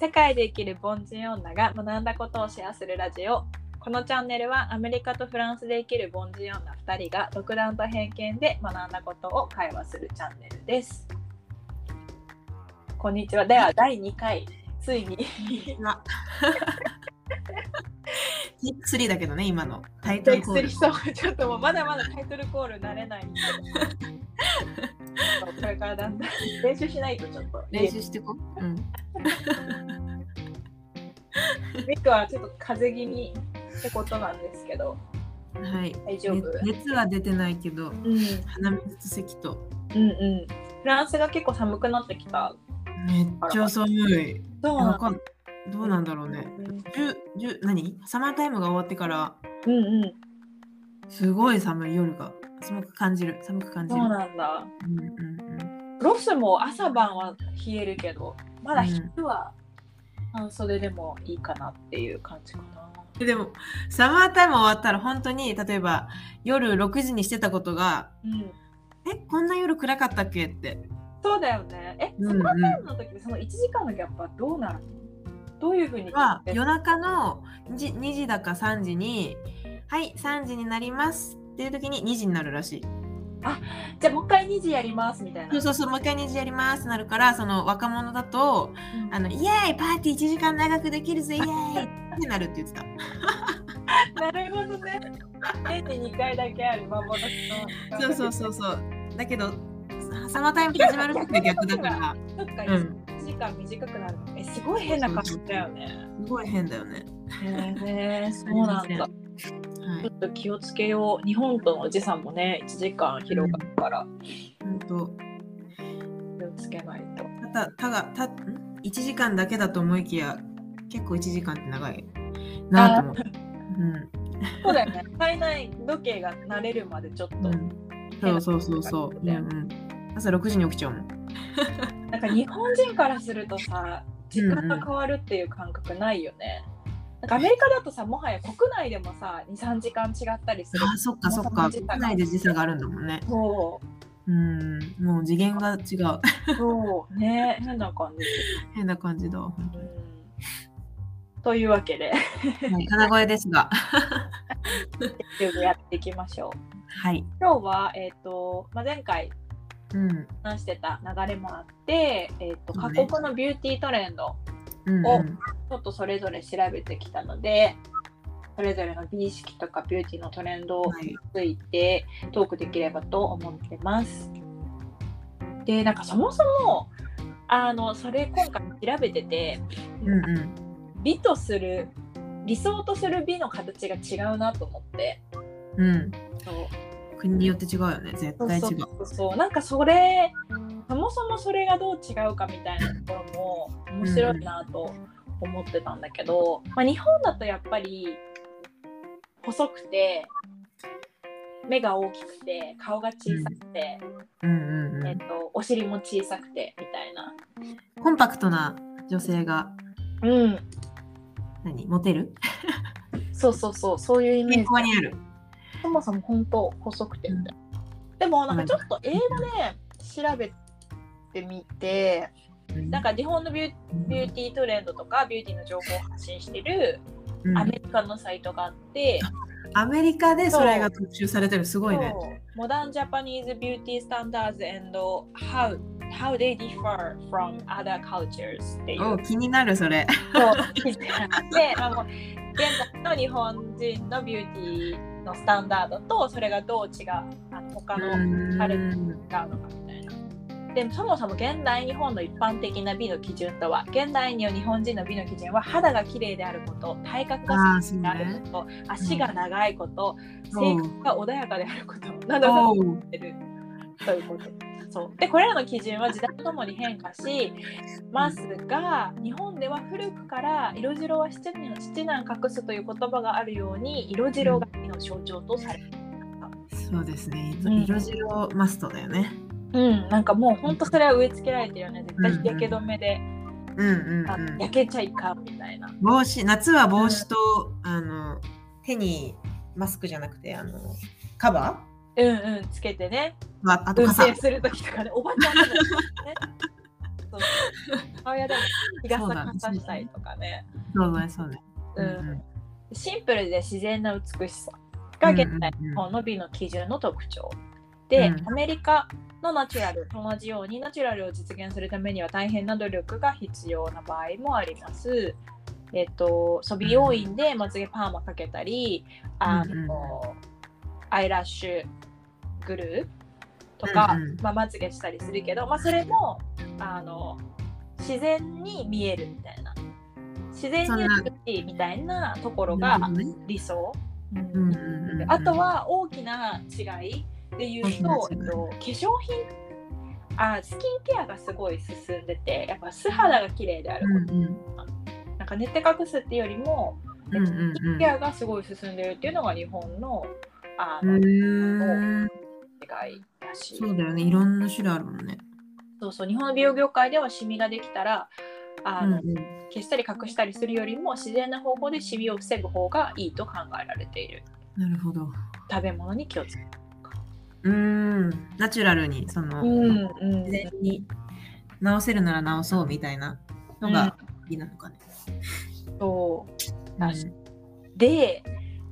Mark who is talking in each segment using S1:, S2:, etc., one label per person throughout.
S1: 世界で生きる凡人女が学んだことをシェアするラジオこのチャンネルはアメリカとフランスで生きる凡人女2人が独断と偏見で学んだことを会話するチャンネルですこんにちはでは第2回ついに
S2: テイク3だけどね、今の。タイト
S1: テイ
S2: ル
S1: ク
S2: コール。
S1: 3そうちょっともうまだまだタイトルコール慣れないんでそうこれからだんだん練習しないとちょっと
S2: 練習してこう。うん。
S1: ミクはちょっと風邪気味ってことなんですけど
S2: はい。
S1: 大丈夫
S2: ね熱は出てないけ
S1: う
S2: ど、
S1: ん、
S2: 鼻水と咳と。
S1: うんうんフランスが結構寒くなってきた
S2: めっちゃ寒い。
S1: そう
S2: わ
S1: な
S2: かんどうなんだろうね。
S1: ん
S2: じゅじゅ何サマータイムが終わってから、
S1: うんうん
S2: すごい寒い夜が。寒く感じる。寒く感じ
S1: そ
S2: る。
S1: うなんだ
S2: うんうんうん
S1: ロスも朝晩は冷えるけどまだ昼は半袖でもいいかなっていう感じかな
S2: ででもサマータイム終わったら本当に例えば夜6時にしてたことが
S1: うん
S2: えこんな夜暗かったっけって
S1: そうだよねえ
S2: うん
S1: サ
S2: うん
S1: マータイムの時ってその1時間のギャップはどうなるのどういうふうに
S2: は夜中の2時 ,2 時だか3時に「はい3時になります」っていう時に2時になるらしい
S1: じゃあもう一回2時やりますみたいな
S2: そうそうそうもう一回2時やりますってなるからその若者だと「あ
S1: あの
S2: のイエーイパーティー1時間長くでき るぜイエーイ!」ってなるって言ってた
S1: なるほどね年に2回だけある幻の
S2: そうそうそうそうだけどサマータイム始まる時は逆だから
S1: そっか、
S2: う
S1: 1
S2: ん
S1: 時間短くなるのえすごい変な感じだよね
S2: すごい変だよね
S1: へえそうなんだ
S2: は
S1: ちょ
S2: い
S1: っと気をつけよう日本との時差もね1時間広がるから
S2: 本当
S1: 気をつけないと
S2: ただたがたん1時間だけだと思いきや結構1時間って長いなと思ううん
S1: そうだよね体内時計が慣れるまでちょっと、
S2: うん、そうそうそうそう、うんうん、朝6時に起きちゃうもん
S1: なんか日本人からするとさ時間が変わるっていう感覚ないよね、なんかアメリカだとさもはや国内でもさ23時間違ったりする
S2: あそっかそっか国内で時差があるんだもんね
S1: そ
S2: うんもう次元が違う
S1: うそうね変な感じ、
S2: 変な感じだ、 は
S1: うん、というわけで
S2: い、金声ですが
S1: 結局やっていきましょう
S2: はい、
S1: 今日は、えーとまあ、前回
S2: うん
S1: 話してた流れもあって、えー、と
S2: そうね
S1: 各国のビューティートレンド
S2: うん
S1: お
S2: うん
S1: ちょっとそれぞれ調べてきたのでそれぞれの美意識とかビューティーのトレンド
S2: はい
S1: についてトークできればと思ってます。でなんかそもそもあのそれ今回調べてて
S2: うんうん
S1: 美とする理想とする美の形が違うなと思って
S2: うん
S1: そう
S2: 国によって違うよね絶
S1: そう
S2: 対違う
S1: そうそうそうなんかそれそもそもそれがどう違うかみたいなところも面白いなと思ってたんだけど、まあ、日本だとやっぱり細くて目が大きくて顔が小さくて、
S2: うんうん
S1: え
S2: う
S1: っ
S2: ん
S1: とお尻も小さくてみたいな。
S2: コンパクトな女性が
S1: うん
S2: 何モテる
S1: そうそうそうそういうイメー
S2: 健
S1: ジ
S2: 康にある
S1: そもそも本当細くてみたいな。でもなんかちょっと英語で調べてみてなんか日本のビュービューティートレンドとかビューティーの情報を発信してる
S2: うん
S1: アメリカのサイトがあって、
S2: アメリカでそれが特集されてるすごいね
S1: そうモダンジャパニーズビューティースタンダーズ and how, how they differ from other cultures っていう
S2: お気になるそれ
S1: そう記事があってまあもう現在の日本人のビューティーのスタンダードとそれがどう違うあの他の
S2: うん
S1: あれ違うのかみたいな。でもそもそも現代日本の一般的な美の基準とは現代の日本人の美の基準は肌が綺麗であること体格が美しくであること、足が長いこと、
S2: うん
S1: 性格が穏やかであることなどが
S2: おう
S1: ってるということそうでこれらの基準は時代とともに変化しますが日本では古くから色白は七難七難隠すという言葉があるように色白が美の象徴とされていた。
S2: そうですね。
S1: うん
S2: 色白マストだよね。
S1: うん、なんかもうほんとそれは植え付けられてるよね絶対日焼け止めで、
S2: うんうん
S1: あ
S2: うん。
S1: 焼けちゃいかんみたいな
S2: 帽子、夏は帽子と、あの手にマスクじゃなくてあのカバ
S1: うんうんつけてね
S2: ー、まあ、あと
S1: 運
S2: 傘
S1: 転。する時とかねおばちゃんとかねそう母親でも日
S2: そう
S1: 傘
S2: だね
S1: かざしたりとかね
S2: そうね、そうね。
S1: う
S2: うんん
S1: シンプルで自然な美しさが現代
S2: うんうんうん
S1: 日本の美の基準の特徴で、
S2: うん
S1: アメリカのナチュラルと同じようにナチュラルを実現するためには大変な努力が必要な場合もあります。えっと、そう美容院でまつげパーマかけたり、あ
S2: うんうん
S1: のアイラッシュグルーとか、
S2: うんうん
S1: まあ、まつげしたりするけど、まあ、それもあの自然に見えるみたいな自然
S2: そん
S1: に
S2: な
S1: 美しいみたいなところ
S2: な
S1: が
S2: るほどね
S1: 理想、
S2: うんうんうん
S1: あとは大きな違いで言うと、
S2: 大
S1: えっ
S2: きな違い
S1: と、化粧品あスキンケアがすごい進んでてやっぱ素肌が綺麗であ
S2: う
S1: る
S2: ん
S1: こと、なんか寝て隠すっていうよりも
S2: うんうんうん
S1: スキンケアがすごい進んでるっていうのが日本のあ
S2: う
S1: の違
S2: ん。うーん
S1: いらしい、
S2: そうだよね、いろんな種類あるもんね。
S1: そうそう日本の美容業界ではシミができたらあの、
S2: うんうん
S1: 消したり隠したりするよりも自然な方法でシミを防ぐ方がいいと考えられている
S2: なるほど。
S1: 食べ物に気をつける、
S2: うーん、ナチュラルに、その、
S1: うん
S2: 自然に直せるなら直そうみたいなのがいいなのかね。
S1: そう
S2: うん
S1: 確かで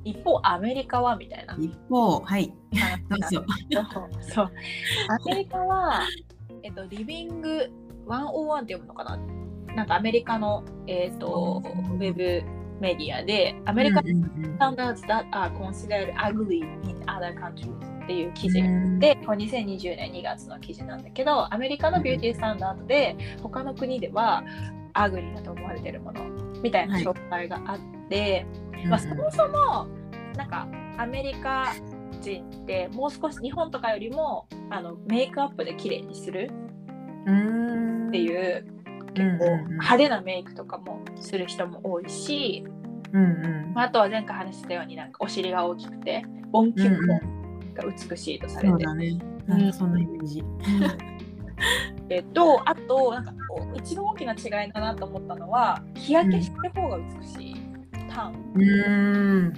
S1: 一方アメリカはみたいな
S2: 一方、はい、
S1: 話
S2: ど
S1: な
S2: うん
S1: だけ
S2: ぞ。
S1: どそうアメリカは、えっと、リビング101って読むのかななんかアメリカの、えっとウェブメディアでアメリカ
S2: うんうん
S1: スタンダーズ that are considered ugly in other countries っていう記事が
S2: うん
S1: でこれ2020年2月の記事なんだけどアメリカのビューティースタンダードで他の国ではアグリーだと思われてるものみたいな
S2: はい
S1: 紹介があって、
S2: うん
S1: まあ、そもそもなんかアメリカ人ってもう少し日本とかよりもあのメイクアップで綺麗にする
S2: うん
S1: ってい。う結構派手なメイクとかもする人も多いし、
S2: うんうん。
S1: まあ、あとは前回話したようになんかお尻が大きくてボンキュンボンが美しいとされ
S2: そう
S1: てる
S2: だね。なんかそんなイメージ。
S1: えっと、あとなんかお一番大きな違いだなと思ったのは日焼けしてる方が美しい、ターン
S2: うん。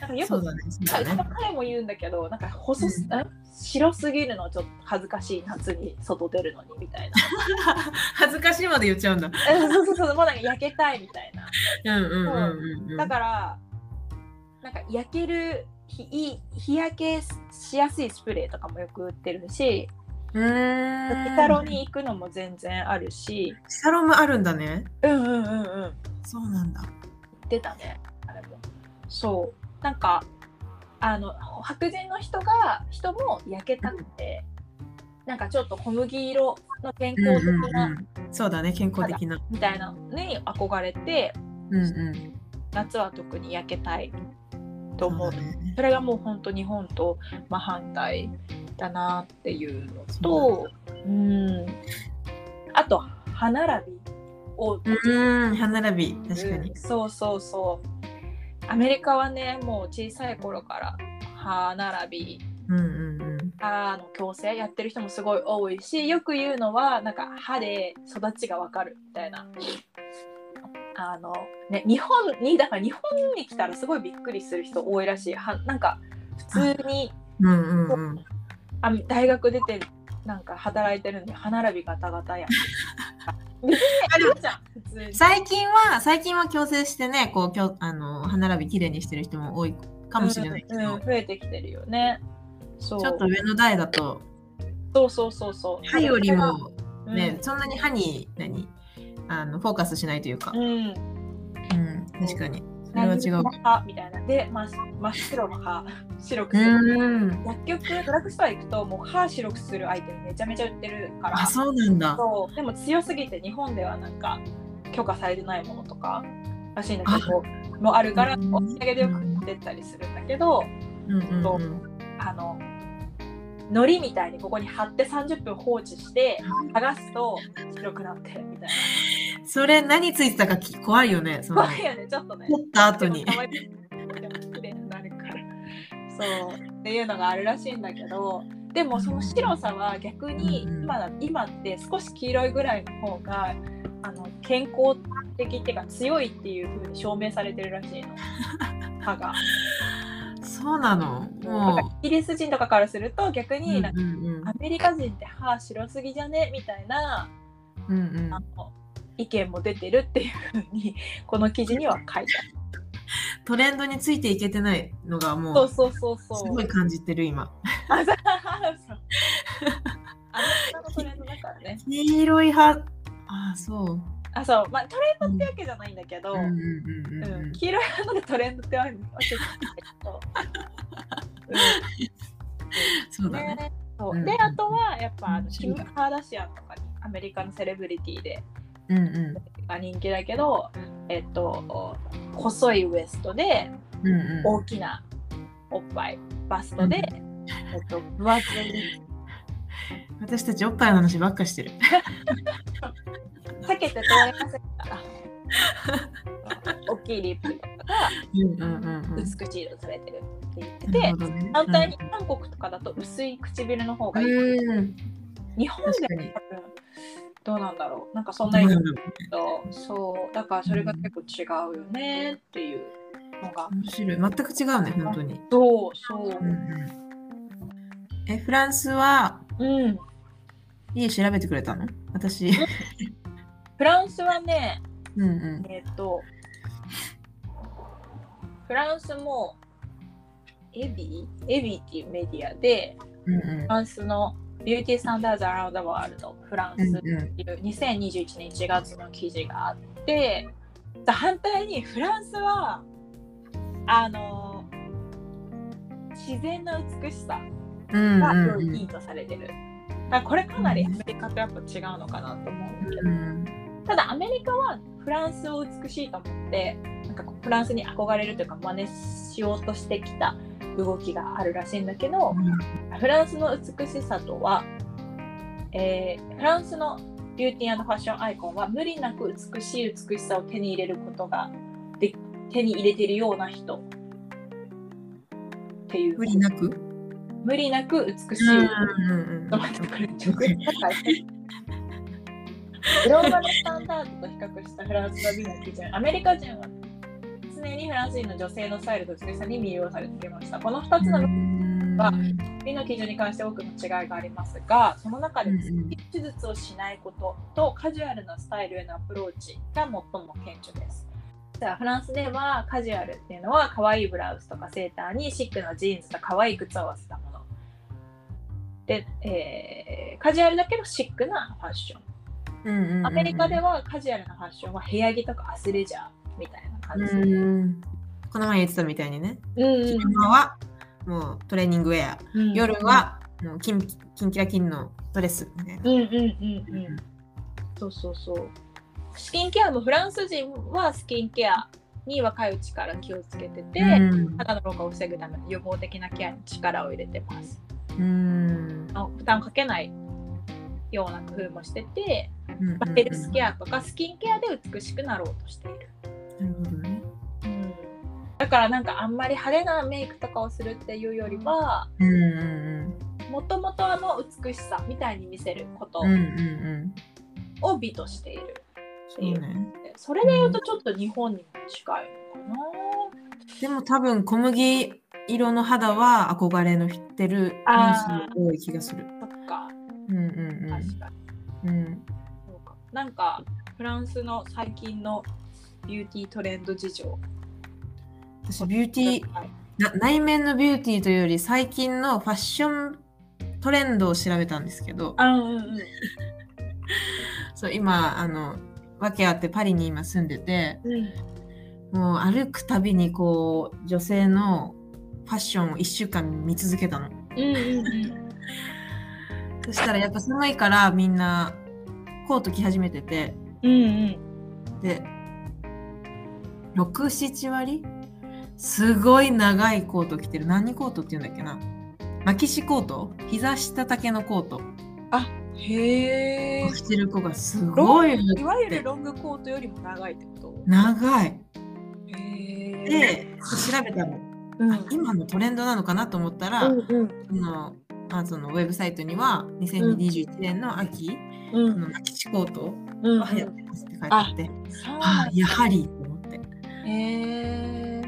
S1: なんかよく
S2: そう
S1: う,、
S2: だね。そうだ
S1: ち
S2: ね
S1: の。彼も言うんだけどなんか細す、
S2: うん
S1: ん白すぎるのはちょっと恥ずかしい夏に外出るのにみたいな
S2: 恥ずかしいまで言っちゃうんだ。
S1: え そうそうそうもうなんか焼けたいみたいな
S2: うんうんうんうん。
S1: だからなんか焼ける日いい日焼けしやすいスプレーとかもよく売ってるし
S2: うーん。
S1: ピタロに行くのも全然あるし
S2: ピタロもあるんだね。
S1: うんうんうんうん
S2: そうなんだ。
S1: 出たねあれもそうなんかあの白人の人が人も焼けたくて、なんかちょっと小麦色の健
S2: うん
S1: 康
S2: うん
S1: 的な、
S2: うん。そうだね。健康的な。
S1: みたいなのに憧れて
S2: うんうん。
S1: 夏は特に焼けたいと思う
S2: そうだね
S1: それがもう本当日本と真反対だなっていうの
S2: そ
S1: とうんあと歯並びを
S2: うん、歯並び、確かに
S1: うん。そうそうそうアメリカはねもう小さい頃から歯並び
S2: うんうんうん。
S1: 歯の矯正やってる人もすごい多いしよく言うのはなんか歯で育ちがわかるみたいなあのね日本にだから日本に来たらすごいびっくりする人多いらしいはなんか普通に
S2: うんうんうん。
S1: あ大学出てなんか働いてるんで歯並びガタガタ やん別にあるじゃん普通に
S2: 最近は、最近は矯正してね、こう、きょあの歯並びきれいにしてる人も多いかもしれないけど、
S1: うんうん増えてきてるよねそう
S2: ちょっと上の代だと、
S1: そうそうそうそう
S2: 歯よりも
S1: うん
S2: ね、そんなに歯に、何あのフォーカスしないというか、
S1: うん
S2: うん、確かに。それは違う
S1: 何。々の歯みたいなで真っ真っ白の歯 白く
S2: う
S1: する、
S2: ん。
S1: 薬局ドラッグストア行くともう歯白くするアイテムめちゃめちゃ売ってるから
S2: あ、そうなんだ。
S1: そうでも強すぎて日本ではなんか許可されてないものとからしいんだけどもうあるから
S2: うん
S1: お土産でよく買ってったりするんだけど
S2: うんうん
S1: そ
S2: うん。
S1: あの海苔みたいにここに貼って30分放置して剥がすと白くなってるみたいな
S2: それ何ついてたかき怖いよね。その
S1: 怖い
S2: 取
S1: よねちょっとね
S2: った後に
S1: で。も可愛いでも綺麗になるからそうっていうのがあるらしいんだけどでもその白さは逆に
S2: うんうん
S1: 今だ今って少し黄色いぐらいの方があの健康的っていうか強いっていう風に証明されてるらしいの歯が。
S2: そうなの。
S1: なんか
S2: も
S1: イギリス人とかからすると逆
S2: う。
S1: になんか
S2: うんうんうん
S1: アメリカ人って歯白すぎじゃねみたいな
S2: うんうん
S1: あの意見も出てるっていうふうにこの記事には書いてあ
S2: トレンドについていけてないのがも
S1: る。
S2: う
S1: そうそうそうそう。
S2: すごい感じてる今
S1: あそうそうあの女のトレンドだからね。
S2: 黄色い葉あそう
S1: あそうまあトレンド
S2: うん
S1: ってわけじゃないんだけど、
S2: うんうんうんうん
S1: う
S2: うん
S1: ん、黄色い花でトレンドってわけじゃないんだけど。
S2: そうだね
S1: ねそう
S2: うん
S1: であとはやっぱあ
S2: う
S1: の
S2: ん
S1: キム・カーダシアンとかにアメリカのセレブリティで
S2: うんう
S1: が人気だけど、えっと、細いウエストで
S2: んうんうん
S1: 大きなおっぱいバストで、えっと、分厚い
S2: 私たちおっぱいの話ばっかしてる。
S1: 避けて通れません から。大きいリップ
S2: うんうんうんうん。
S1: 美しい色されてるって言って
S2: な
S1: て
S2: るほ、どね
S1: 反対に韓国とかだと薄い唇の方がいい。
S2: うん。
S1: 日本では多分どうなんだろうなんかそんなに
S2: 面
S1: そうだからそれが結構違うよねっていうのが
S2: 白い。全く違うね、本当に。
S1: そうそう
S2: うんうんえ、フランスは、
S1: うん
S2: いい調べてくれたの私。
S1: フランスはね
S2: うんうん。
S1: えっ、とフランスもエビエビっていうメディアで
S2: うんうん
S1: フランスのビューティースタンダーズ・アラウンド・ワールドフラン
S2: うん
S1: スっ
S2: う
S1: ていう2021年1月の記事があって反対にフランスはあの自然の美しさ
S2: んうん
S1: が
S2: うんうん
S1: いいとされてる。だからこれかなりアメリカとやっぱ違うのかなと思うんだけ
S2: う
S1: ど、
S2: ん
S1: ただアメリカはフランスを美しいと思ってなんかこうフランスに憧れるというか真似しようとしてきた動きがあるらしいんだけどフランスの美しさとは、えーフランスのビューティーファッションアイコンは無理なく美しい美しさを手に入れることがで手に入れてるような人っていう
S2: 無理なく
S1: 無理なく美しい、
S2: うんうん
S1: ちょっと待ってくれ、ちょっと待ってグローバルスタンダードと比較したフランスの美の基準、アメリカ人は常にフランス人の女性のスタイルと美しさに魅了されていました。この2つ
S2: う
S1: の
S2: ん
S1: は美の基準に関して多くの違いがありますが、その中で
S2: うんうん
S1: 手術をしないこととカジュアルなスタイルへのアプローチが最も顕著です。じゃあフランスではカジュアルっていうのは可愛いブラウスとかセーターにシックなジーンズと可愛い靴を合わせたもの。で、えーカジュアルだけどシックなファッション。
S2: うんうんうん
S1: アメリカではカジュアルなファッションは部屋着とかアスレジャーみたいな
S2: う
S1: 感じで。
S2: んこの前言ってたみたいにね。
S1: うん
S2: 昼間はもうトレーニングウェア。
S1: うん
S2: 夜はもうキンキンキラキンのドレスみたいな。
S1: うんうんうんうん。そうそうそう。スキンケアもフランス人はスキンケアに若いうちから気をつけてて、
S2: うん
S1: 肌の老化を防ぐための予防的なケアに力を入れてます。
S2: うん
S1: あの負担をかけないような工夫もしてて、
S2: うんうんうん
S1: まあヘルスケアとかスキンケアで美しくなろうとしている。
S2: なるほどね。
S1: うんだからなんかあんまり派手なメイクとかをするっていうよりは
S2: うんうん
S1: もともとあの美しさみたいに見せること
S2: うん。うんうん
S1: を美としているって
S2: そう
S1: いう
S2: ね。
S1: ってそれで言うとちょっと日本にも近いのか
S2: でも多分小麦色の肌は憧れのってる
S1: あー
S2: 人多い気がする。
S1: な。そっか、
S2: うんうん
S1: 確かに
S2: うん。うん
S1: そうか。なんかフランスの最近のビューティートレンド事情。
S2: 私ビューティーな内面のビューティーというより最近のファッショントレンドを調べたんですけど、
S1: あうんうん
S2: そう今あの訳あってパリに今住んでて。
S1: うん。うん
S2: もう歩くたびにこう女性のファッションを1週間見続けたの
S1: うんうん
S2: そしたらやっぱ寒いからみんなコート着始めてて
S1: うん。うん
S2: で67割すごい長いコート着てる何コートって言うんだっけな巻きしコート膝下丈のコート
S1: うん。へえ。
S2: 着てる子がすごい
S1: いわゆるロングコートよりも長いってこと。
S2: 長い
S1: へえ。
S2: で調べたの、
S1: うん、
S2: あ今のトレンドなのかなと思ったら、
S1: うんうん
S2: そのアートのウェブサイトには2021年の秋、
S1: う
S2: その
S1: ん
S2: マキシコート
S1: うん
S2: が流行ってますって書いてあって、
S1: そう
S2: あ
S1: な
S2: あ
S1: んだ
S2: やはりと思って、
S1: へえ。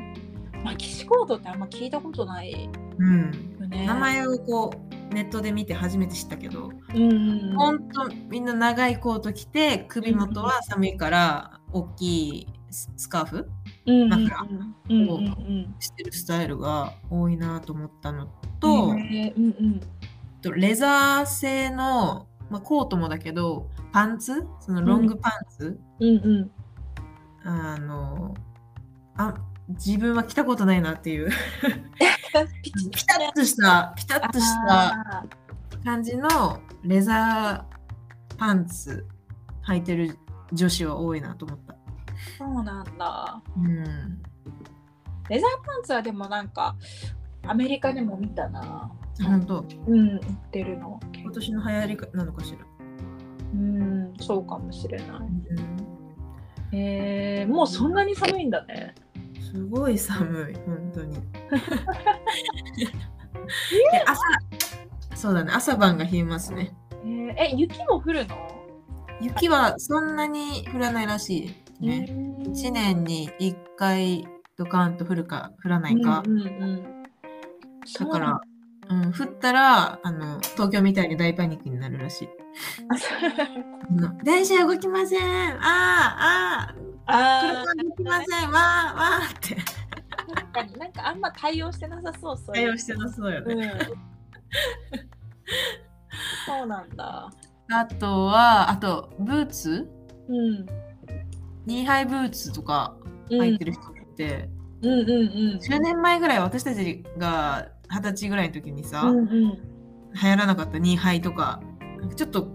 S1: マキシコードってあんま聞いたことない
S2: うん、
S1: よね。
S2: 名前をこうネットで見て初めて知ったけど、
S1: うん
S2: ほんとみんな長いコート着て首元は寒いから大きいススカーフ
S1: うん
S2: マフラー
S1: うんうんうん
S2: してるスタイルが多いなと思ったの
S1: うん
S2: と、
S1: ねうんうん
S2: とレザー製の、まあ、コートもだけどパンツそのロングパンツ、
S1: うんうん
S2: あのあ自分は着たことないなっていう
S1: ピチ
S2: ピタッとしたピタッとした
S1: あー
S2: 感じのレザーパンツ履いてる女子は多いなと思った。
S1: そうなんだ
S2: うん、
S1: レザーパンツはでもなんかアメリカでも見たな
S2: 本当
S1: うん売ってるの結構
S2: 今年の流行りかなのかしら。
S1: うんそうかもしれな
S2: うん、
S1: いえー、もうそんなに寒いんだね
S2: すごい寒い本当に。で朝そうだね朝晩が冷えますね。
S1: えーえ雪も降るの
S2: 雪はそんなに降らないらしいね。
S1: 1
S2: 1年に1回ドカーンと降るか降らないか、
S1: うんうんうん、
S2: だから、うん、降ったらあの東京みたいに大パニックになるらしい
S1: そうなんだ
S2: あの電車動きませんあーあー
S1: あ
S2: 車動きませんわーわーって
S1: ー確かになんかあんま対応してなさそうそうい
S2: 対
S1: う
S2: 応してなそうよ
S1: う
S2: ね、
S1: ん そうなんだ
S2: あとはあとブーツ
S1: うん
S2: ニーハイブーツとか
S1: うん
S2: 履いてる人って、
S1: うんうんうん
S2: 10年前ぐらい私たちが20歳ぐらいの時にさ、
S1: うんうん
S2: 流行らなかったニーハイとかちょっと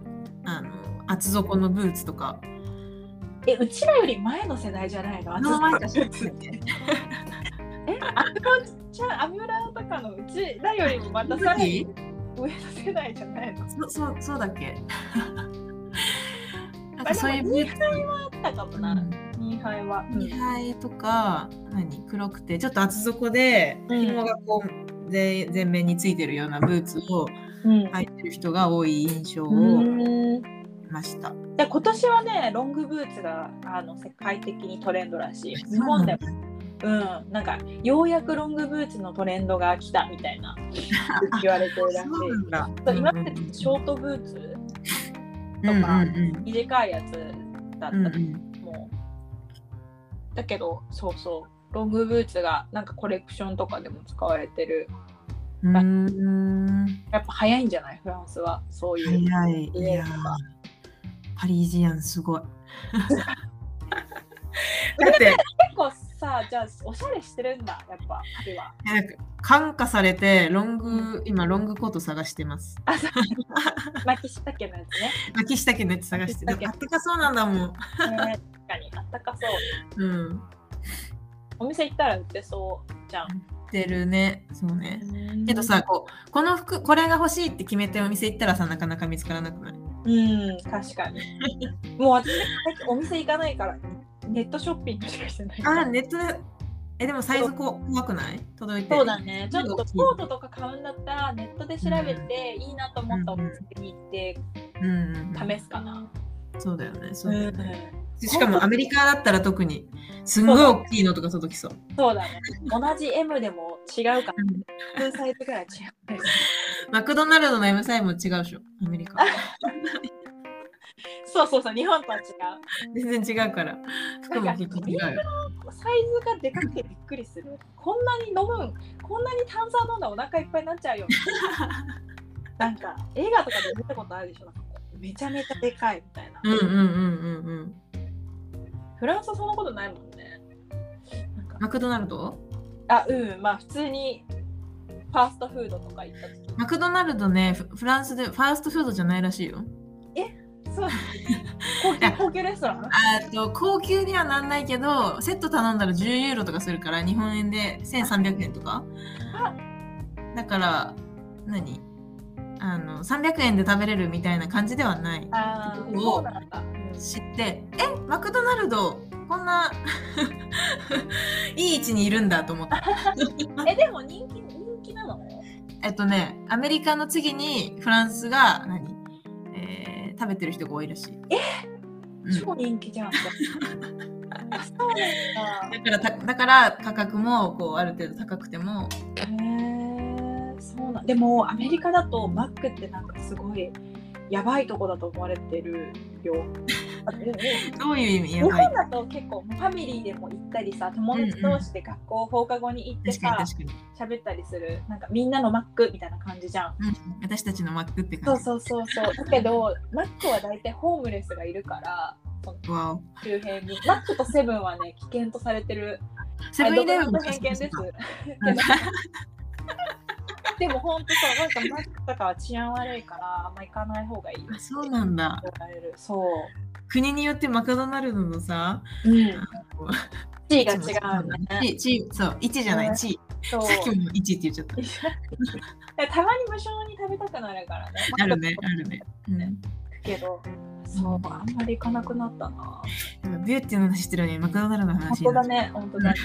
S2: あの厚底のブーツとか
S1: えうちらより前の世代じゃないのあ
S2: の前かしら
S1: えアムロちゃんアムラとかのうちらよりもまたさらに上の世代じゃないの
S2: そそうそうだっけ なん
S1: あ
S2: か
S1: で
S2: そういう
S1: も
S2: ブ
S1: ニ
S2: ー
S1: ーハイはあったかもな、
S2: ツ
S1: ニーハイは、
S2: ニーハイとか何黒くてちょっと厚底で
S1: うん
S2: 紐がこうぜ前面についてるようなブーツを
S1: うん
S2: 履いてる人が多い印象を
S1: うん
S2: 受けました。
S1: で今年はねロングブーツがあの世界的にトレンドらしい日本でもうんなんかようやくロングブーツのトレンドが来たみたい な言われてるらしい
S2: そうなんだ
S1: そう今までショートブーツ
S2: うんうんうん
S1: 短いやつだった
S2: うんうん
S1: もうだけどそうそうロングブーツがなんかコレクションとかでも使われてる
S2: うーん
S1: やっぱ早いんじゃないフランスはそういう
S2: 早いい
S1: ね
S2: やーパリジアンす ごい。だって
S1: 結構さじゃあおしゃれしてるんだやっぱ彼は
S2: なんか感化されてロング今ロングコート探してます。
S1: あそう巻きしたけのやつね
S2: 秋下家のやつ探して
S1: 秋下家
S2: でもあったかそうなんだもん。
S1: ね確かにあったかそう
S2: うん。
S1: お店行ったら売ってそうじゃん
S2: てるね。そうね。けどさこうこの服これが欲しいって決めてお店行ったらさなかなか見つからなくない。
S1: うん確かにもう私最近お店行かないからネットショッピングしかしてない
S2: あネットでえでもサイズこう怖くない？届いて。
S1: そうだね、ちょっと
S2: 大きい
S1: コートとか買うんだったらネットで調べていいなと思ったお店に行って
S2: うんうんうん、
S1: 試すかな。
S2: そうだよね。そううだ
S1: ん
S2: よねしかもアメリカだったら特にすんごい大きいのとか届きそう。
S1: そうだね、同じ M でも違うかな。普通サイズぐらい違うね。
S2: マクドナルドの M サイズも違うでしょ。アメリ カ。
S1: そうそうそう、日本とは違う。
S2: 全然違うから。服も結構違うよ。
S1: サイズがでかくてびっくりする。こんなに飲む、こんなに炭酸飲んだらお腹いっぱいになっちゃう よ。なんか映画とかで見たことあるでしょ。なんかこうめちゃめちゃでかいみたいな。
S2: うんうんうんうんうん。
S1: フランスはそんなことないもんね。なんか
S2: マクドナルド
S1: あうんまあ普通にファーストフードとか行った時
S2: マクドナルドね、フフランスでファーストフードじゃないらしいよ。
S1: そう高 級高級レストラン
S2: えっと、高級にはなんないけど、セット頼んだら10ユーロとかするから、日本円で1300円とか
S1: あ。
S2: だから、何あの、300円で食べれるみたいな感じではない。
S1: あー
S2: お
S1: そうなんだ、うん
S2: 知って、え、マクドナルド、こんな、 いい位置にいるんだと思った。
S1: えでも人気人気なの
S2: えっとね、アメリカの次にフランスが何、えー食べてる人が多いらしい。え、
S1: 超人気じ ゃんあそうなんだ
S2: だからただから価格もこうある程度高くても
S1: へえそそうなんでもアメリカだとマックってなんかすごいやばいとこだと思われてる よ。あでも
S2: どういう意味
S1: 日
S2: やばい
S1: 本だと結構ファミリーでも行ったりさ友達同士で学校放課後に行って
S2: 確か
S1: さ
S2: に確かに、
S1: 喋ったりするなんかみんなのマックみたいな感じじゃん。
S2: うん、私たちのマックって
S1: そ
S2: 感
S1: う
S2: じ
S1: そうそうそうだけどマックは大体ホームレスがいるからその
S2: わお
S1: 周辺にマックとセブンはね危険とされてる
S2: セブンイレブン
S1: あ独断と偏見です けどでも本当そうなんかマックとかは治安悪いからあんま行かない方がいいよ
S2: あそうなんだ
S1: 言われるそう
S2: 国によってマクドナルドのさ
S1: うん
S2: こ
S1: 地位
S2: 位
S1: が違うんだね
S2: 地位そう位置じゃない地位
S1: そう
S2: さっきも位置って言っちゃった
S1: たまに無性に食べたくなるからね。
S2: あるねあるね、うん
S1: けど、そう、あんまり行かなくなったな。
S2: でもビューティーの話してるのにマクドナルドの
S1: 本
S2: 話
S1: 当
S2: に
S1: だ
S2: なっちゃ
S1: ね、本当だね。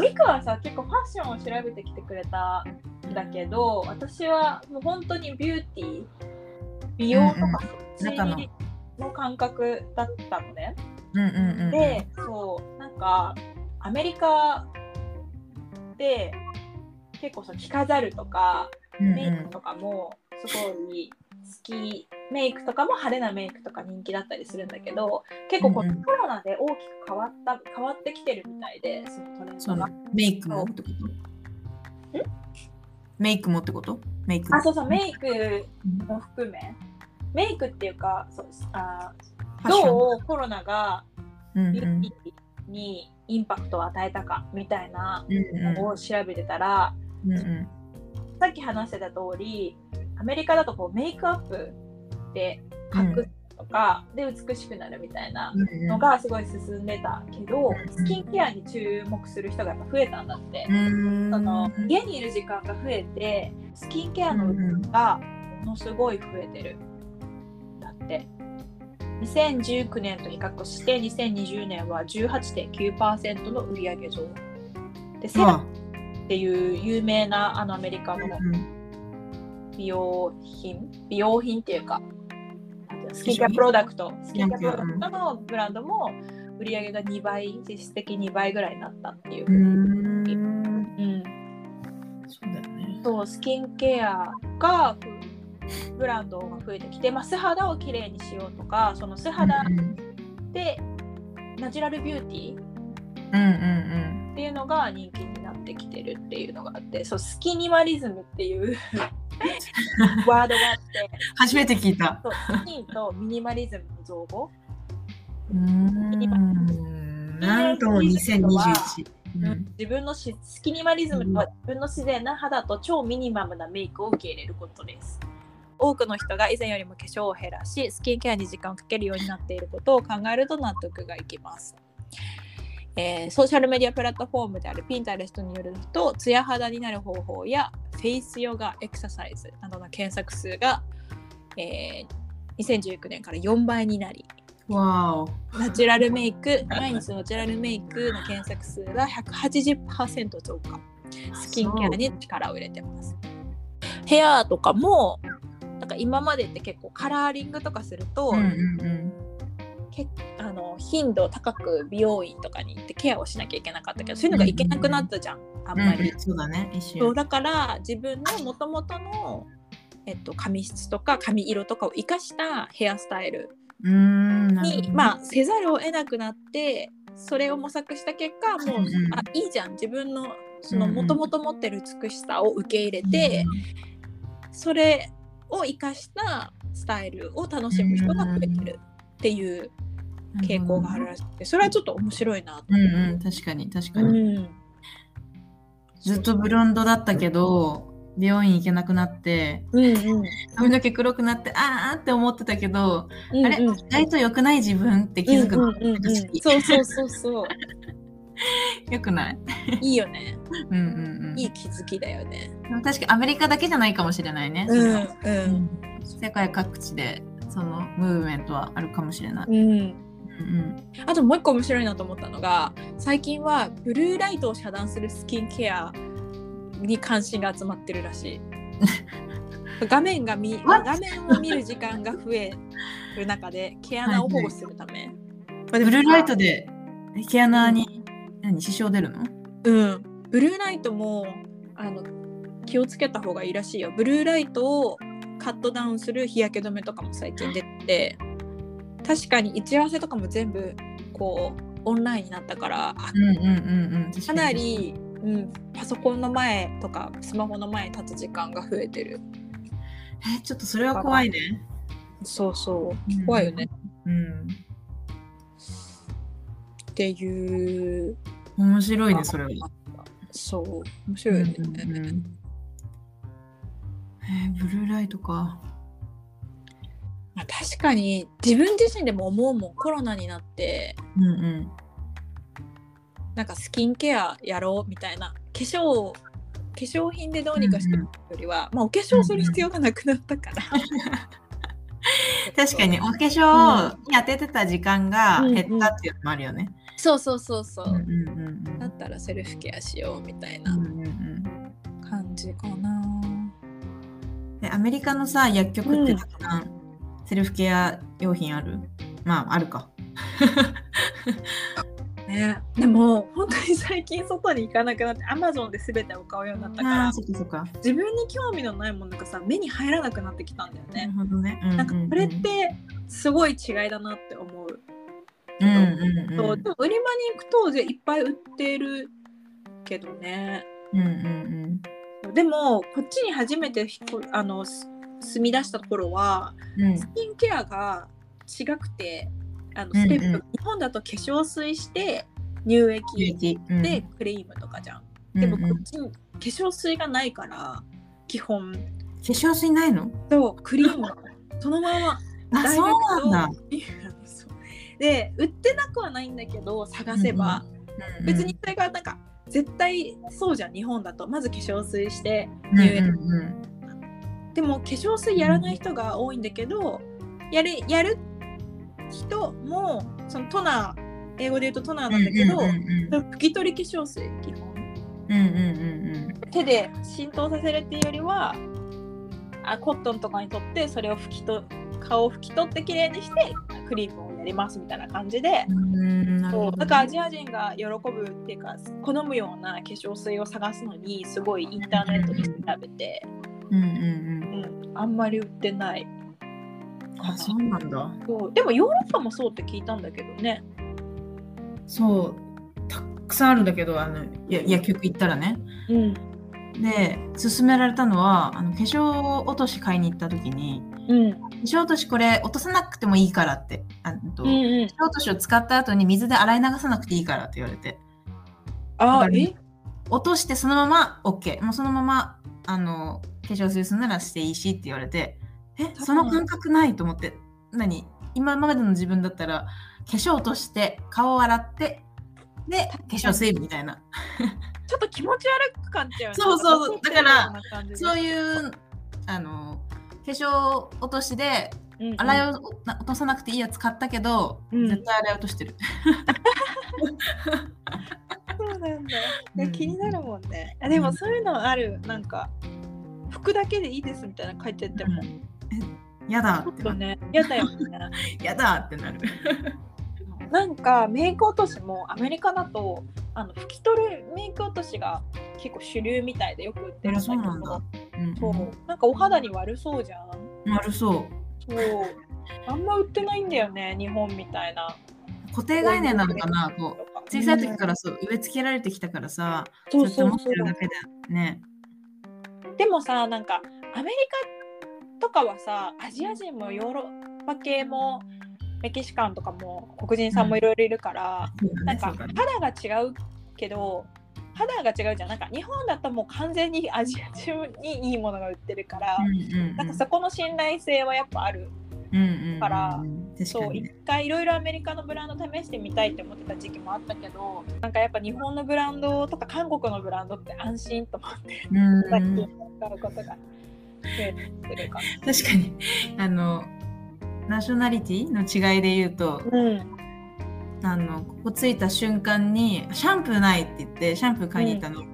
S1: ミクはさ、結構ファッションを調べてきてくれたんだけど、私はもう本当にビューティー、美容とかそっ
S2: 中の
S1: ちの感覚だったのね。
S2: ううんうんうん
S1: で、そう、なんか、アメリカで結構その着飾るとか、
S2: うん
S1: メイク
S2: う
S1: とかもすごい好き、メイクとかも派手なメイクとか人気だったりするんだけど結構こ
S2: うんう
S1: の
S2: ん
S1: コロナで大きく変わった変わってきてるみたいでそのトレン
S2: んそ
S1: ド
S2: の
S1: が
S2: メイクもってことメイクもってことメイクも
S1: あそうそうメイク
S2: うんフ
S1: も含めメイクっていうかそうあ
S2: ァッション
S1: どうコロナが
S2: うんうん
S1: ビューティーにインパクトを与えたかみたいなのを調べてたら、
S2: うんうん
S1: さっき話してた通りアメリカだとこうメイクアップで隠すとか、で美しくなるみたいな
S2: うんうん
S1: のがすごい進んでたけど、
S2: うん
S1: スキンケアに注目する人がやっぱ増えたんだって、
S2: うん
S1: その家にいる時間が増えてスキンケアの量がものすごい増えてるだって2019年と比較して2020年は18.9%の売上増でセラ
S2: あ
S1: っていう有名なあのアメリカの
S2: うん
S1: 美容品美容品っていうかスキンケアプロダクトスキンケアプロダクトのブランドも売り上げが2倍実質的に2倍ぐらいになったっていうう、
S2: ん
S1: うん、
S2: そうだよね
S1: とスキンケアがブランドが増えてきて、まあ、素肌をきれいにしようとかその素肌
S2: うんうん
S1: でナチュラルビューティー
S2: うんうん
S1: っていうのが人気になってきてるっていうのがあってそうスキニマリズムっていう ワードがあって
S2: 初めて聞いた
S1: そうスキンとミニマリズムの造語
S2: うーんなんとも2021うん
S1: 自分のしスキニマリズムとは自分の自然な肌と超ミニマムなメイクを受け入れることです。多くの人が以前よりも化粧を減らしスキンケアに時間をかけるようになっていることを考えると納得がいきます。えーソーシャルメディアプラットフォームである Pinterest によるとツヤ肌になる方法やフェイスヨガエクササイズなどの検索数が、えー2019年から4倍になり
S2: わお
S1: ナチュラルメイク、毎日のナチュラルメイクの検索数が180%増加。スキンケアに力を入れてます。ヘアとかも、なんか今までって結構カラーリングとかすると、
S2: うんうんうん
S1: けあの頻度高く美容院とかに行ってケアをしなきゃいけなかったけど、そういうのがいけなくなったじゃん、あんまり。
S2: うんそうだね一
S1: そう
S2: 瞬
S1: だから自分のもともとの、えっと、髪質とか髪色とかを生かしたヘアスタイル
S2: うーんなるほど
S1: に、まあ、せざるを得なくなってそれを模索した結果もう、
S2: うんうん
S1: あいいじゃん自分のそ
S2: うんうん
S1: もともと持ってる美しさを受け入れて、それを生かしたスタイルを楽しむ人が増えてるっていう傾向があるらしくてそれはちょっと面白いなと
S2: うん
S1: 思
S2: うん確かに確かに
S1: うん
S2: ずっとブロンドだったけど美容院行けなくなって
S1: うんうん
S2: 髪の毛黒くなってあーあーって思ってたけど
S1: うん
S2: あれ
S1: うん
S2: 意外と良くない自分って気づくの、
S1: うんうんうんうん
S2: 好き
S1: そうそうそうそう
S2: 良くない
S1: いいよね
S2: うんうんうん
S1: いい気づきだよね
S2: でも確かにアメリカだけじゃないかもしれないね、
S1: う
S2: そ
S1: ん
S2: の
S1: うん
S2: 世界各地でそのムーブメントはあるかもしれない、
S1: うん
S2: うん
S1: あともう一個面白いなと思ったのが最近はブルーライトを遮断するスキンケアに関心が集まってるら しい画面が見
S2: What？
S1: 画面を見る時間が増える中で毛穴を保護するため、まあ
S2: うん、
S1: で
S2: ブ
S1: もさ
S2: ルーライトで毛穴に何支障出るの
S1: うんブルーライトもあの気をつけた方がいいらしいよブルーライトをカットダウンする日焼け止めとかも最近出て確かに打ち合わせとかも全部こうオンラインになったからあ
S2: うんうんうんうん。
S1: かなり、うん、パソコンの前とかスマホの前に立つ時間が増えてる
S2: 確かに。え、ちょっとそれは怖いね。
S1: そうそう怖いよね、
S2: うん。
S1: っていう
S2: 面白いね、それは。
S1: そう面白いよね、
S2: うんうんうんえーブルーライトか。
S1: まあ、確かに自分自身でも思うもんコロナになって
S2: うんうん。
S1: なんかスキンケアやろうみたいな化粧化粧品でどうにかしてるよりは、まあ、お化粧する必要がなくなった から、
S2: 確かにお化粧に当ててた時間が減ったっていうのもあるよね。
S1: そうそうそうそう、
S2: うんうんうん
S1: だったらセルフケアしようみたい
S2: うん
S1: な
S2: うんうん
S1: 感じかな、
S2: えアメリカのさ薬局ってたくさんセルフケア用品あるまああるか。
S1: ね、でも本当に最近外に行かなくなってアマゾンで全てを買うようになったから
S2: そっかそっか。
S1: 自分に興味のないものがさ目に入らなくなってきたんだよ
S2: なる
S1: ね、
S2: ほどね。
S1: なんかこれっ
S2: うん
S1: てすごい違いだなって思う
S2: うんうん
S1: そううんでも売り場に行くといっぱい売ってるけどね
S2: うんうん
S1: でもこっちに初めて引っ越あのす住み出した頃は
S2: うんうん
S1: スキンケアが違くてあの
S2: うんうん
S1: ステップ、日本だと化粧水して乳
S2: ビュ
S1: 液
S2: ーティー
S1: でクリームとかじゃん、
S2: うん
S1: でもこ
S2: うんうん
S1: っちに化粧水がないから基本
S2: 化粧水ないの
S1: とクリー ムそのまま
S2: あ
S1: ダイレク
S2: そう
S1: ト
S2: なんだ。
S1: いやそう で売ってなくはないんだけど探せば、
S2: うん
S1: 別にそれがなんか絶対そうじゃん日本だとまず化粧水して
S2: うん
S1: 入園
S2: うんうん
S1: でも化粧水やらない人が多いんだけどやるやる人もそのトナー英語で言うとトナーなんだけど、
S2: うんうんうん
S1: 拭き取り化粧水基本
S2: うんうんうんうん
S1: 手で浸透させるっていうよりはあコットンとかにとってそれを拭きと顔を拭き取ってきれいにしてクリームをやりますみたいな感じで
S2: うんなる
S1: そ
S2: ほ
S1: う
S2: ど
S1: なんかアジア人が喜ぶっていうか好むような化粧水を探すのにすごいインターネットで調べて、
S2: うんうん
S1: うん、あんまり売ってない
S2: うんあそうなんだ
S1: そうでもヨーロッパもそうって聞いたんだけどね
S2: そうたくさんあるんだけどあのや薬局行ったらね
S1: うん
S2: で勧められたのはあの化粧落とし買いに行った時に
S1: うん
S2: 化粧落としこれ落とさなくてもいいからってあうんと
S1: うん
S2: 化粧
S1: うん
S2: 落としを使った後に水で洗い流さなくていいからって言われて
S1: あ
S2: だか
S1: あ
S2: ら
S1: え
S2: 落としてそのまま OK もうそのままあの化粧水するならしていいしって言われてえその感覚ないと思って何今までの自分だったら化粧落として顔を洗ってで化粧水みたいな
S1: ちょっと気持ち悪く感じちゃうよね
S2: そうそう
S1: なん
S2: そう
S1: 残ってるような感じで
S2: そういうあの化粧落としで
S1: うんうん
S2: 洗いをな落とさなくていいやつ買ったけど、
S1: うん
S2: 絶対洗い落としてる。
S1: そうなんだ
S2: う
S1: で
S2: ん
S1: 気になるもんねあでもそういうのあるなんか服だけでいいですみたいな書いてっても、
S2: う
S1: ち
S2: ん えやだ
S1: ょ
S2: っ
S1: ってと
S2: な
S1: ね
S2: る。
S1: 嫌だよね
S2: やだってなる。
S1: なんかメイク落としもアメリカだとあの拭き取るメイク落としが結構主流みたいでよく売ってるんだけど
S2: あそうなんだうん
S1: そうなんかお肌に悪そうじゃん
S2: 悪そう。
S1: そう あんま売ってないんだよね日本みたいな
S2: 固定概念なのかなこう
S1: う
S2: 小さい時からそう植え付けられてきたからさ、
S1: そう
S2: ずっと
S1: そう
S2: 持っ
S1: そ
S2: てるだ
S1: う
S2: けでね。
S1: でもさなんかアメリカとかはさアジア人もヨーロッパ系もメキシカンとかも黒人さんもいろいろいるから、
S2: そうだ
S1: なん
S2: ね
S1: か
S2: そうだね
S1: 肌が違うけど肌が違うじゃんなんか日本だともう完全にアジア中にいいものが売ってるから、
S2: うんうんうん
S1: なんかそこの信頼性はやっぱある、
S2: うんうんうん
S1: から
S2: 確
S1: そ
S2: か
S1: う
S2: に
S1: 一
S2: ね
S1: 回いろいろアメリカのブランド試してみたいって思ってた時期もあったけどなんかやっぱ日本のブランドとか韓国のブランドって安心と思って
S2: うん
S1: 最近使うことが増えてるか
S2: 確かにあのナショナリティの違いで言うと、
S1: な。うん
S2: あのここ着いた瞬間にシャンプーないって言ってシャンプー買いに行ったの、
S1: うん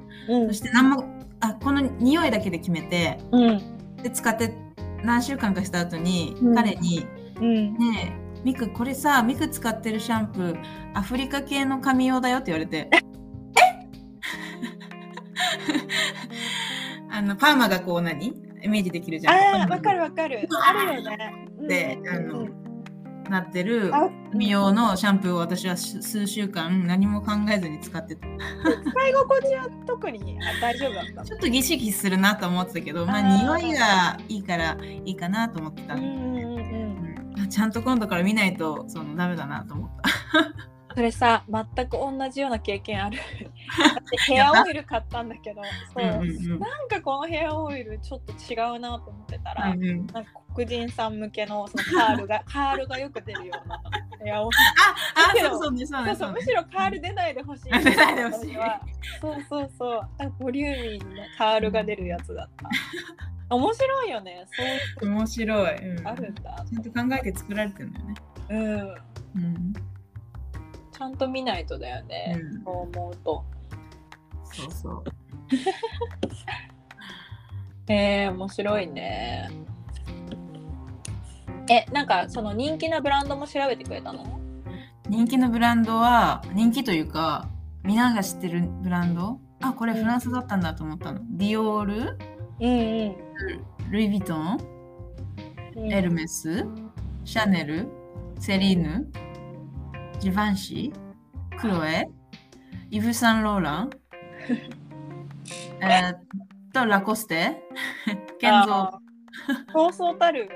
S2: そして何もあこの匂いだけで決めて
S1: うん
S2: で使って何週間かした後に、
S1: うん
S2: 彼に
S1: うん
S2: 「ねえミクこれさミク使ってるシャンプーアフリカ系の髪用だよ」って言われて「え ああのパーマがこう何イメージできるじゃん。
S1: ああ、わかるわかる。あるよね。うん
S2: であの
S1: うん
S2: なってる
S1: あ
S2: 美容のシャンプーを私はし数週間何も考えずに使ってた
S1: 使い心地は特にあ大丈夫だった
S2: ちょっとギシギシするなと思ってたけどま
S1: あ
S2: あ
S1: ー
S2: 匂いがいいからいいかなと思ってた、
S1: う
S2: うんん
S1: うんうんうん
S2: あちゃんと今度から見ないとそのダメだなと思った
S1: それさ全く同じような経験ある私ヘアオイル買ったんだけどそう、
S2: うんうんうん
S1: なんかこのヘアオイルちょっと違うなと思ってたら、
S2: うんうん
S1: なんか黒人さん向けのそのカールがカールがよく出るようなヘアオイ
S2: あ
S1: だけど
S2: あそうそうねそう
S1: ルそう
S2: ね
S1: そ
S2: そうう
S1: む
S2: ね
S1: しろカール出ないでほしい
S2: 出ないでほし
S1: 私
S2: い
S1: はそうそうそうなんかボリューミーなカールが出るやつだっ た面白いよねそういう
S2: 面白い、うん
S1: のあるんだ
S2: ちゃんと考えて作られてるんだよね
S1: うん
S2: うん、
S1: ちゃんと見ないとだよね、
S2: うん
S1: そう思うと
S2: そうそう
S1: えー、面白いね。え、なんかその人気なブランドも調べてくれたの
S2: 人気のブランドは人気というか皆が知ってるブランドあこれフランスだったんだと思ったのディオール
S1: うんうん。
S2: ルイ・ヴィトンエルメス、シャネル、セリーヌ、ジバンシー、クロエ、イヴ・サンローラ ン、えーっと、ラコス テ、ケンゾー。
S1: あー。そうそうたる、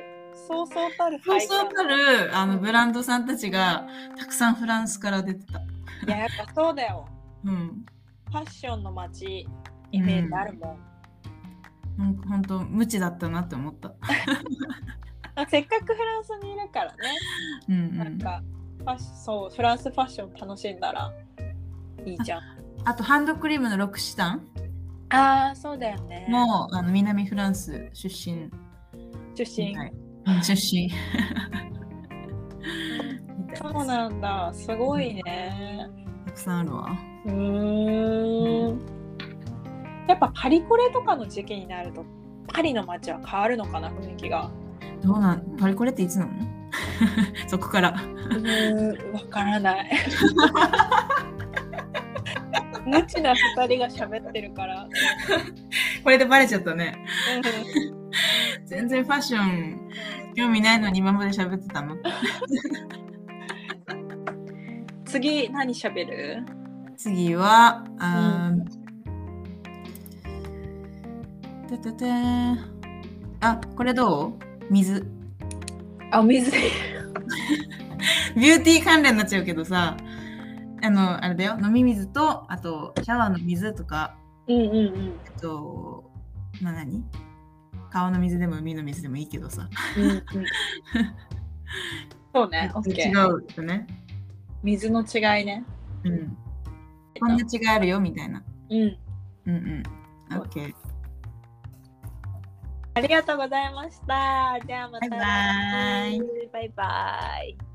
S1: そうそうたる
S2: そう
S1: 配
S2: そうたるあのブランドさんたちがたくさんフランスから出てた。
S1: いや、やっぱそうだよ。
S2: うん。
S1: ファッションの街、イメージあるもん。
S2: なんか本当無知だったなって思った。
S1: なんかせっかくフランスにいるからね、
S2: うん
S1: なん
S2: うん。
S1: かファッシそうフランスファッション楽しんだらいいじゃん。
S2: あとハンドクリームのロクシタン
S1: ああー、そうだよね。
S2: もあの南フランス出身
S1: 出身。
S2: はいうん 出身。
S1: そうなんだ、すごいね。
S2: たくさんあるわ。
S1: うーんやっぱパリコレとかの時期になるとパリの街は変わるのかな雰囲気 が。
S2: どうなんパリコレっていつなの そこから。
S1: うーんわから ない。無知な2人が喋ってるから。
S2: これでバレちゃったね。
S1: うん
S2: 全然ファッション興味ないのに今まで喋ってたの。
S1: 次何喋る
S2: 次は、あーてててーあ、これどう水。
S1: あ、お水。
S2: ビューティー関連になっちゃうけどさ、あの、あれだよ、飲み水と、あと、シャワーの水とか、
S1: うんうんうん。
S2: あと、まあ何川の水でも海の水でもいいけどさ。
S1: うんうん、そうね、
S2: 違
S1: OK。
S2: うよね。
S1: 水の違いね。
S2: うん。こんな違いあるよみたいな。
S1: うん。
S2: うんうん。オッケー。
S1: ありがとうございました。じゃあまた。
S2: バイバイ
S1: バイバイ。